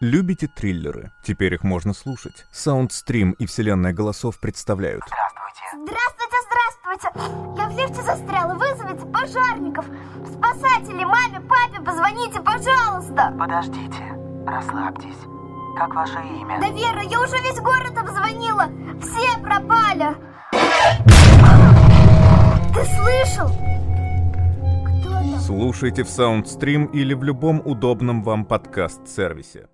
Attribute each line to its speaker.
Speaker 1: Любите триллеры? Теперь их можно слушать. Саундстрим и Вселенная голосов представляют.
Speaker 2: Здравствуйте, здравствуйте! Я в лифте застряла, вызовите пожарников! Спасатели, маме, папе, позвоните, пожалуйста!
Speaker 3: Подождите, расслабьтесь. Как ваше имя?
Speaker 2: Да, Вера, я уже весь город обзвонила! Все пропали! Ты слышал? Кто там?
Speaker 1: Слушайте в Саундстрим или в любом удобном вам подкаст-сервисе.